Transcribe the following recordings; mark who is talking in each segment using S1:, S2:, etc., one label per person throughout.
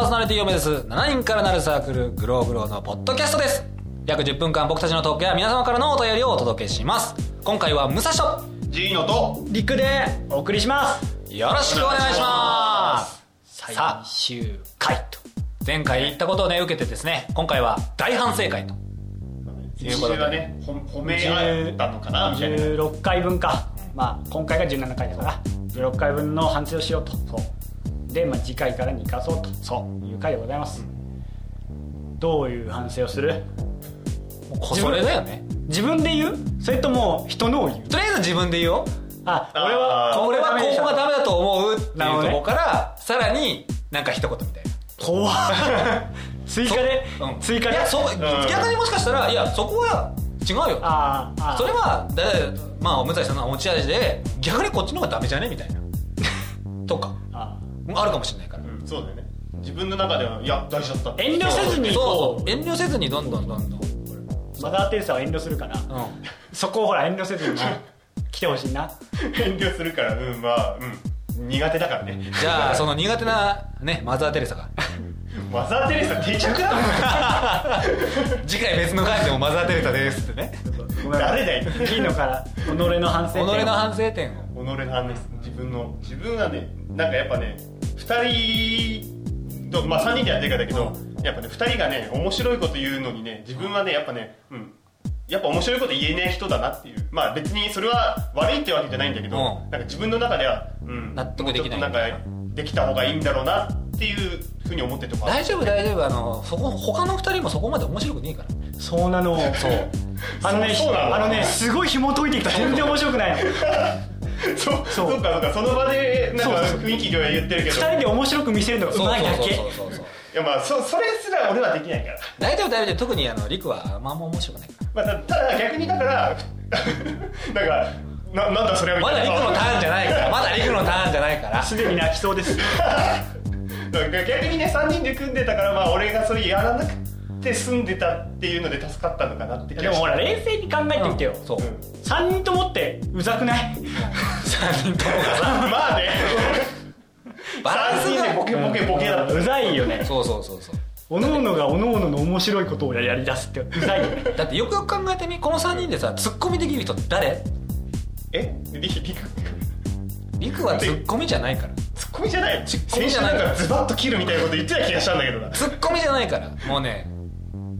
S1: ス7人からなるサークルグローグローのポッドキャストです約10分間僕たちのトークや皆様からのお便りをお届けします今回は武蔵と
S2: ジーノと
S3: リクでお送りします
S1: よろしくお願いします
S3: 最
S1: さあ
S3: 終回と
S1: 前回言ったことをね受けてですね今回は大反省会と
S2: 一周はねほ褒め合ったのかなみたいな
S3: 16回分か、まあ、今回が17回だから16回分の反省をしようとそうで、まあ、次回からに生かそうとそういう回でございます、どういう反省をする
S1: もうこそれだよね
S3: 自分で言うそれとも人のを言う
S1: とりあえず自分で言おう
S3: あ
S2: あー
S3: 俺は
S1: 俺はここが
S3: だ
S1: ダメだと思うっていうと
S3: なるほどね
S1: ころからさらになんか一言みたいな
S3: 怖っ 追加で、
S1: うん
S3: 追加
S1: い
S3: で
S1: やそ
S3: あ
S1: 逆にもしかしたらいやそこは違うよ
S3: あーあー
S1: それはだまあ武蔵さんの持ち味で逆にこっちの方がダメじゃねみた いなとか
S3: あー
S1: あるかもしれないから
S2: うんそうだよね自分の中ではいや大事だった
S3: 遠慮せずに
S1: そう
S3: こ
S1: そう遠慮せずにどんどんどんどん
S3: うマザー・テレサは遠慮するから、
S1: うん
S3: そこをほら遠慮せずにな来てほしいな
S2: 遠慮するからうんまあうん苦手だからね
S1: じゃあその苦手なねマザー・テレサ が
S2: マザー・テレサ定着だ
S1: 次回別の回でもマザー・テレサですってね
S3: ごめん
S2: 誰だよ
S3: いいのから己の反省
S1: 己
S3: 点を
S1: の反省点を
S2: 己のあの自分の自分はねなんかやっぱね2人とまあ3人でやってるからだけど、やっぱね2人がね面白いこと言うのにね自分はねやっぱねうんやっぱ面白いこと言えない人だなっていうまあ別にそれは悪いってわけじゃないんだけど、
S1: うん
S2: なんか自分の中では、うん、
S1: 納得できない
S2: もうちょっとなんかできた方がいいんだろうなっていうふうに思ってるとか
S1: 大丈夫大丈夫あのそこ他の二人もそこまで面白くねえから
S3: そうなのそうあのね
S2: そうそうなの
S3: あのねすごい紐解いてきた全然面白くないの
S2: そう
S3: そ
S2: そううかそうかその場でなんか
S3: そうそう
S2: 雰囲気では言ってるけ
S3: 二
S2: ど
S3: 人で面白く見せるのがうまいだけ
S1: そうそうそうそうそう
S2: いやまあそそれすら俺はできないから
S1: 大丈夫大丈夫特にあのリクはあんま面白くないから
S2: まあ、たただ逆にだから なんかななんだそれは み
S1: ま
S2: た
S1: だ
S2: い
S1: リ
S2: な
S1: クのターンじゃないからまだリクのターンじゃないから
S3: すでに泣きそうです
S2: だから逆にね3人で組んでたからまあ俺がそれやらなくて済んでたっていうので助かったのかなって気
S3: で
S2: が
S3: も
S2: し
S3: ほ
S2: た
S3: ら冷静に考えてみてよ、
S1: うんそう
S2: うん
S3: 三3人ともってうざくない
S1: 3人ともがさ
S2: まあね
S1: バランス
S2: 3人で
S1: が
S2: ボケボケボケだった
S3: うざいよね
S1: そうそうそうそう
S3: おのおのがおのおのの面白いことをやりだすってうざいよね
S1: だってよくよく考えてみこの3人でさツッコミできる人誰
S2: えリリリ
S1: リクはツッコミじゃないから
S2: ツッコミじゃない
S1: ツッコミ
S2: 先
S1: じ
S2: 週
S1: ゃない
S2: なんかズバッと切るみたいなこと言ってた気がしたんだけどな
S1: ツッコミじゃないからもうね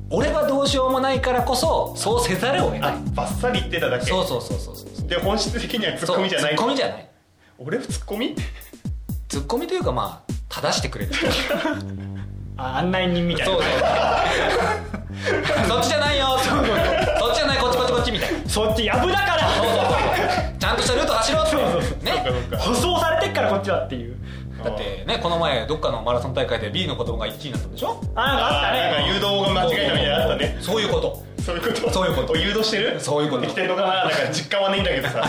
S1: 俺はどうしようもないからこそそうせざるを得ない
S2: あバッサリ言ってただけ
S1: そうそうそうそうそうそう
S2: で本質的にはツッコミじゃない
S1: ツッコミじゃない
S2: 俺ツッコミ
S1: ツッコミというかまあ正してくれる
S3: あ案内人みたいな
S1: そうそうそっちじゃないよそっちじゃないこっちこっちこっちみたいな
S3: そっちやぶだから
S1: そうそうそうちゃんとしたルート走ろうって
S3: そうそうそう
S1: ね
S2: そうかそう
S3: 舗装されてっからこっちはっていう
S1: だ
S2: か
S1: ってねこの前どっかのマラソン大会で B の子供が1位になったんでしょ
S3: あなんかあ
S2: あ
S3: った
S2: ーなん
S3: ね
S2: か誘導が間違えたみたいなのあったね
S1: そういうこと
S2: そういうこと
S1: そういうこと
S2: お誘導してる
S1: そういうこと
S2: できてるのかななんか実感はないんだけどさ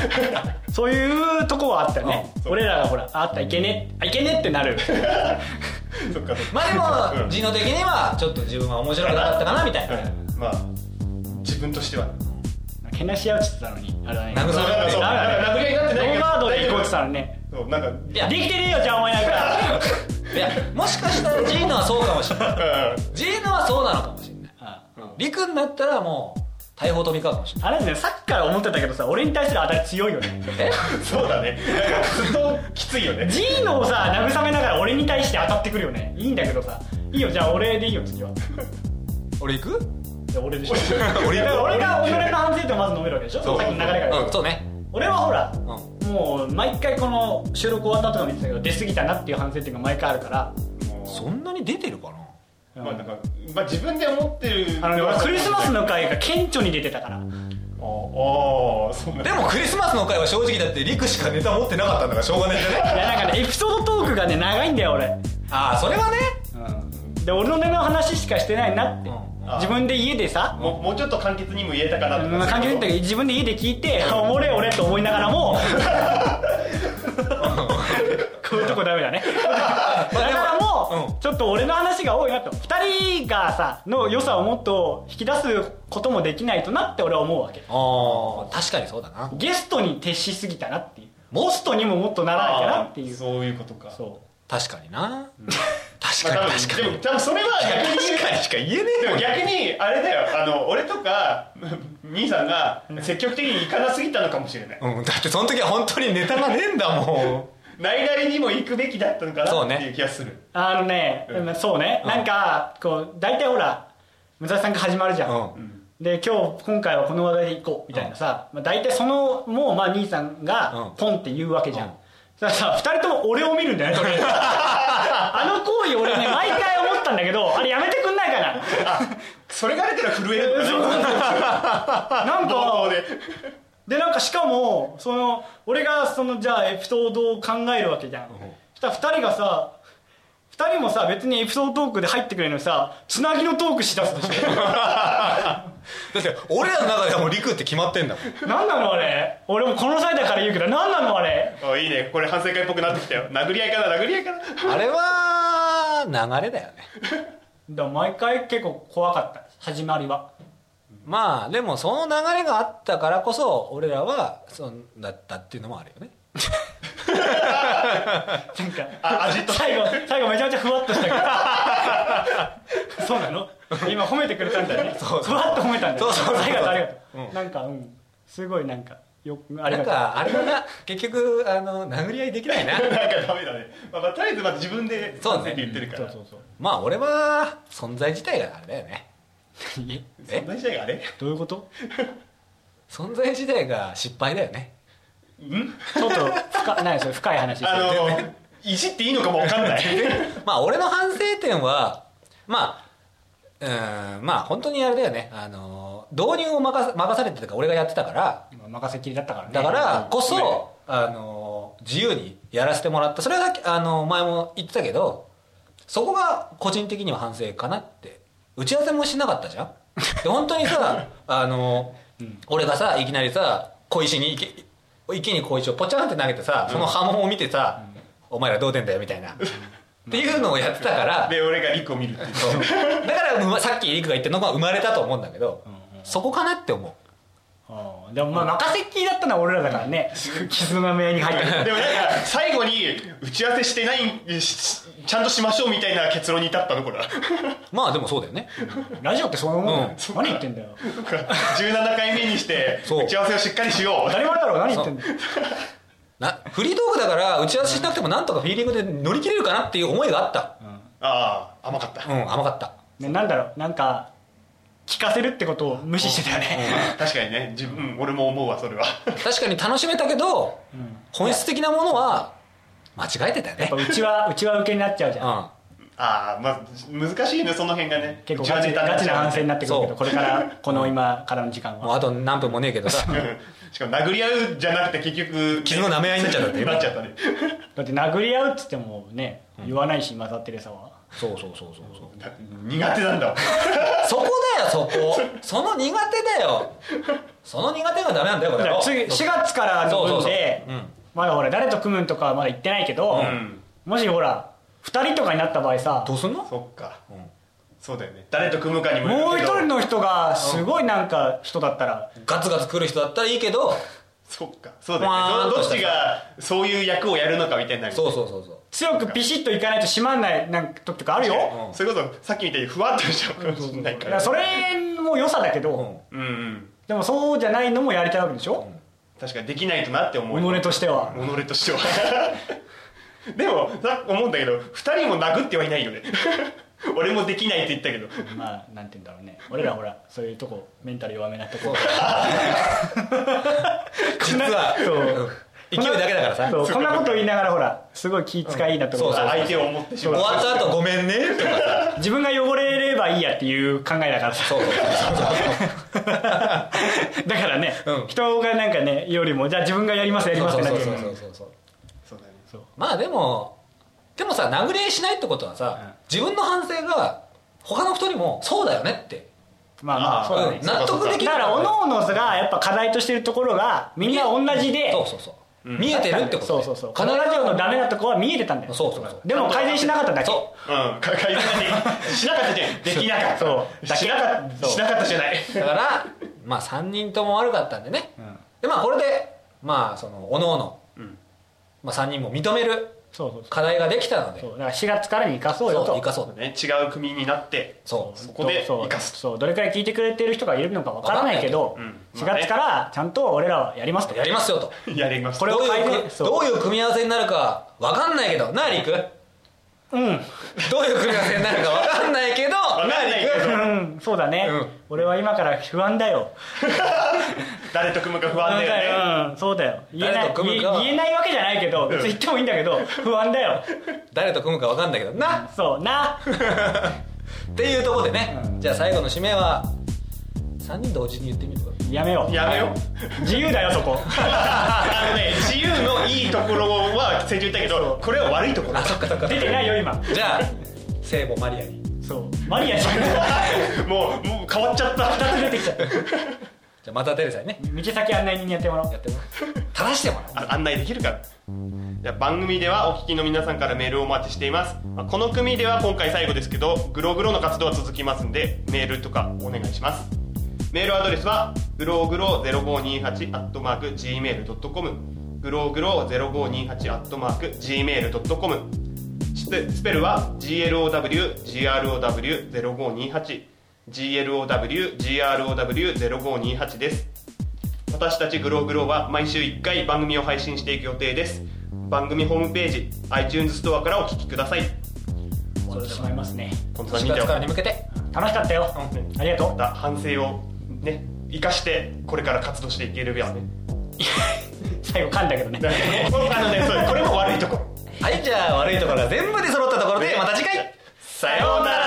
S3: そういうとこはあったよね
S2: うんそう
S3: 俺らがほらあったいけねあいけねってなる
S2: そっかそっか
S1: まあで
S2: う
S1: も
S2: ん
S1: ジノ的にはちょっと自分は面白くなかったかなみたいな
S2: うんまあ自分としては
S3: けなし合うって言ってたのにあれだね
S1: 慰め
S2: なんかそうなんか殴り合いになってない
S3: ノ
S2: け
S3: ー
S2: ど
S3: ガードで行こうって言ってたのにね
S2: そうなんかうん
S1: いや
S3: できてねえよじゃあお前なんか
S1: いやもしかしたらジーノはそうかもしれないジーノはそうなのかもしれない
S3: あ
S1: リクになったらもう大砲飛び交うかもしれない
S3: あれだねさっきから思ってたけどさ俺に対する当たり強いよね
S1: え
S2: そうだねなんかずっときついよね
S3: ジーノをさ慰めながら俺に対して当たってくるよねいいんだけどさいいよじゃあ俺でいいよ次は
S1: 俺行く
S3: いや俺でしょ
S2: 俺
S3: だから俺が己の反省点をまず述べるわけでしょ
S2: そう
S3: さっきの流れから、
S1: うんそうね
S3: 俺はほら、
S1: う
S3: もう毎回この収録終わった後とか見てたけど出過ぎたなっていう反省点が毎回あるから
S1: そんなに出てるかな
S2: うんまあなんかまあ自分で思ってる
S3: あのね俺クリスマス
S2: あ
S3: の会が顕著に出てたから
S2: あそうなん
S1: で
S2: だ
S1: もクリスマスの回は正直だってリクしかネタ持ってなかったんだからしょうがないんじゃね
S3: いやなんかねエピソードトークがね長いんだよ俺、
S1: ああそれはね
S3: で俺の根の話しかしてないなって、
S1: うん
S2: あ
S3: 自分で家でさ
S2: もうもうちょっと簡潔にも言えたかなと
S3: まあ
S2: か
S3: 関係ないんだけど自分で家で聞いて「おもれ俺」と思いながらもこういうとこダメだねだからもう、
S1: うん
S3: ちょっと俺の話が多いなと2人がさの良さをもっと引き出すこともできないとなって俺は思うわけ
S1: ああ確かにそうだな
S3: ゲストに徹しすぎたなっていう
S1: もう
S3: ホストにももっとならなきゃなっていう
S2: そういうことか
S3: そう
S1: 確かにな確かに確か
S2: で
S1: に
S2: も多分それは逆に
S1: 確かにしか言えねえ
S2: で
S1: よ
S2: も逆にあれだよあの俺とか兄さんが積極的に行かなすぎたのかもしれない
S1: うん、だってその時は本当にネタがねえんだも
S2: 内々にも行くべきだったのか
S1: そうね
S2: なっていう気がする
S3: あのね、
S2: うん
S3: そうね、
S1: うん
S3: なんかこう大体ほら武蔵さんが始まるじゃん、
S1: ん。うん。
S3: で今日今回はこの話題でいこうみたいなさ、まあ、大体そのもうまあ兄さん
S1: うん
S3: がポンって言うわけじゃん、
S1: うん
S3: ささ2人とも俺を見るんだよねと りあえずあの行為俺ね毎回思ったんだけどあれやめてくんな いかな
S2: それが出たら震えるのかな
S3: な
S2: 冒
S3: ん
S2: 頭
S3: か
S2: で
S3: でなんかしかもその俺がそのじゃあエピソードを考えるわけじゃん、そしたら2人がさ2人もさ別にエピソードトークで入ってくれるのにさつなぎのトークしだすとして
S1: だって、俺らの中ではもう陸って決まってんだもん。
S3: 何なのあれ俺もこの際だから言うけど何なのあれ
S2: おいいねこれ反省会っぽくなってきたよ殴り合いかな殴り合いかな
S1: あれは、流れだよね。
S3: だから毎回結構怖かった始まりは
S1: まあ、でもその流れがあったからこそ、俺らは、そうだったっていうのもあるよね。
S3: なんか
S2: あ味と
S3: 最後最後めちゃめちゃふわっとしたけ どそうなの今褒めてくれたんだよね
S1: そう
S3: ふわっと褒めたんだよね
S1: そうそうそう
S3: ありがとうありがとう、
S1: うん
S3: なんかうんすごいなんかよあ
S1: なん
S3: りがとう
S1: か、あれだな、結局、あの、殴り合いできないな。
S2: なんかダメだね、まあ、まあとりあえずまあ自分で
S1: そうね
S2: 反省って言ってるか
S3: そ
S2: ら
S3: うそうそう
S1: まあ、俺は、存在自体があれだよね。
S3: え
S1: え
S2: そんな時代があれ
S3: どういうこと
S1: 存在自体が失敗だよね。
S2: うん
S3: ちょっと深何それ深い話です
S2: あ
S3: よ
S2: のいじっていいのかもわかんない
S1: まあ俺の反省点はまあうーんまあ本当にあれだよねあの導入を任さ任されてたから俺がやってたから
S3: 今任せきりだったからね
S1: だからこ
S2: ね
S1: そあの自由にやらせてもらったそれはさっきあの前も言ってたけどそこが個人的には反省かなって打ち合わせもしなかったじゃんで本当にさあの、俺がさいきなりさ小石に池池に小石をポチャンって投げてさその波紋を見てさ、お前らどうでんだよみたいな、っていうのをやってたから
S2: で俺がリックを見るっていう
S1: そうだからうまさっきリクが言ったのが生まれたと思うんだけど、
S3: うんうん
S1: そこかなって思う
S3: うんでもまあ任せっきりだったのは俺らだからね傷が目に入って
S2: でもなんか最後に打ち合わせしてないししちゃんとしましょうみたいな結論に至ったのこれは
S1: まあでもそうだよね
S3: るラジオってそういうもんだよ、
S2: うん
S3: 何言ってんだよ
S2: なんか17回目にして
S1: そう
S2: 打ち合わせをしっかりしよ
S3: 当たり前だろ何言ってんだよ
S1: なフリートークだから打ち合わせしなくてもなんとかフィーリングで乗り切れるかなっていう思いがあった
S2: うああ甘かった
S1: うん甘かった
S3: ね、なんだろうなんか聞かせるってことを無視してたよね、
S2: 確かにね自分うん俺も思うわそれは
S1: 確かに楽しめたけど
S3: うん
S1: 本質的なものは間違えてたよ
S3: や
S1: ね
S3: っぱうちはうちは受けになっちゃうじゃん、
S1: う
S2: ああまあ難しいねその辺がね
S3: 結構
S2: うちは
S3: ガチ
S2: ネタに
S3: ガ
S2: っ
S3: チ
S2: ち
S3: な
S2: ゃう
S3: 反省になってくるけ
S1: そ
S3: ど
S1: う
S3: これからこの今からの時間
S1: んもう
S3: は
S1: あと何分もねえけどさ
S2: うんしかも殴り合うじゃなくて結局
S1: 傷の舐め合いになっちゃったっていう
S2: なっちゃったね
S3: だって殴り合うっつってもね言わないし混ざってるさは
S1: そうそうそうそうそう
S2: だ苦手なんだわ
S1: そこだよそこその苦手だよその苦手がダメなんだよこ
S3: だか
S1: れ
S3: ら次4月からの分で
S1: そうそうそううん
S3: まだほら誰と組むんとかはまだ言ってないけど、
S2: ん
S3: もしほら2人とかになった場合さ
S1: どうすんの
S2: そっか
S1: うん
S2: そうだよね誰と組むかにもよ
S3: もう
S2: る
S3: 一
S2: けど
S3: 人の人がすごいなんか人だったら
S1: ガツガツ来る人だったらいいけど
S2: そっかそうだ
S1: わ
S2: よ
S1: ーっ
S2: ねど
S1: と
S2: ど
S1: し
S2: ったちがそういう役をやるのかみたいになる
S1: そうそうそうそう
S3: 強くビシッといかないと閉まんないなんか時とかあるよ
S1: うん
S2: それこそさっきみたいにふわっとしちゃうかもしれないか
S3: だから
S2: ら
S3: それも良さだけど、
S1: うん
S2: うんうん
S3: でもそうじゃないのもやりたいわけでしょ、
S2: 確かにできないとなって思う
S3: 己としては
S2: 己としては でもさ思うんだけど二人も殴ってはいないよね 俺もできないって言ったけど
S3: まあなんて言うんだろうね俺らほらそういうとこメンタル弱めなとこ
S1: 実は
S3: そう
S1: うん勢いだけだからさ
S3: そうこんなこと言いながらほらすごい気遣いなところ
S1: そうそう
S2: 相手を思ってし
S1: 終
S2: まう
S1: わった後ごめんねとかさ
S3: 自分が汚れればいいやっていう考えだからさ
S1: そうそう
S3: だからね、
S1: うん
S3: 人がなんかねよりもじゃあ自分がやりますやりますってな
S1: そう
S3: る
S1: そう
S3: よ
S1: そう
S3: ね
S1: そうそう
S2: そうだよね
S3: そう
S1: まあでもでもさ殴り合いしないってことは
S2: うん
S1: さ自分の反省が他の人にもそうだよねって
S3: まあま
S2: あ
S3: あ
S2: ー
S3: そうだね
S1: うん納得できる
S3: だから各々がやっぱ課題としてるところがみんな同じで
S1: そうそうそう見えてるってこと
S3: そうそうそうこのラジオのダメなとこは見えてたんだよ
S1: そうそうそう
S3: でも改善しなかっただけ
S1: そ
S2: うんか改善で きしなかったじゃんできなかった
S3: そうだけ
S2: しなかった
S3: そう
S2: しなかったじゃない
S1: うだからまあ3人とも悪かったんでね
S3: うん
S1: でまあこれでまあそのおのおの
S2: うん
S1: 3人も認める
S3: そうそう
S1: 課題ができたので
S3: そうだから4月からに生かそうよと
S1: 生かそう
S2: ね、違う組になって
S1: そう
S2: そこで
S3: そう
S2: 生かす
S3: そうどれくらい聞いてくれてる人がいるのかわからないけ
S2: わ
S3: ど
S2: かんないけ
S3: 4
S2: どうんまあね
S3: 月からちゃんと俺らはやりますと
S1: やりますよと
S2: やります
S3: これ
S1: どう
S3: 改
S1: いう
S3: 善そう
S1: どういう組み合わせになるかわかんないけどなありく
S3: うん
S1: どういう組み合わせになるかわかんないけど
S2: かんないけど
S1: ありく
S3: うんそうだね、
S1: うん
S3: 俺は今から不安だよ
S2: 誰と組むか不安だよね
S3: うんそうだよ言えな
S1: 誰
S3: い
S1: と組むかは
S3: 言え言えないわけじゃないけど別に言ってもいいんだけど不安だよ
S1: 誰と組むかわかんないけどな
S3: そうな
S1: っていうところでね、
S3: うん
S1: じゃあ最後の締めは3人同時に言ってみるとか
S3: やめよう
S2: やめよう
S3: 自由だよそこ
S2: あのね自由のいいところは先週言ったけどこれは悪いところ
S1: あそっかそっか
S3: 出てないよ今
S1: じゃあ聖母マリアに
S3: そうマリアじゃん
S2: もうもう変わっちゃった
S3: 二つ出てきちゃった
S1: じゃあまたテレサにね
S3: 道先案内人にやってもらおう
S1: やってもら う正してもらう
S2: あ案内できるからじゃあ番組ではお聞きの皆さんからメールをお待ちしています、まあこの組では今回最後ですけどグローグローの活動は続きますんでメールとかお願いしますメールアドレスはグローグロー0528 gmail.com グローグロー0528 gmail.com ススペルは GLOWGROW0528 GLOWGROW0528 です私たちグローグローは毎週1回番組を配信していく予定です番組ホームページ iTunes ストアからお聞きください
S3: 終わってしまいますね
S2: この3
S1: 4
S2: 人で
S1: 月から
S2: は
S1: に向けて
S3: 楽しかったよ、ありがと
S2: また反省をね生かしてこれから活動していければね
S3: う最後噛んだけどね
S2: あ のねそうこれも悪いところ
S1: はいじゃあ悪いところが全部で揃ったところでまた次回
S2: さようなら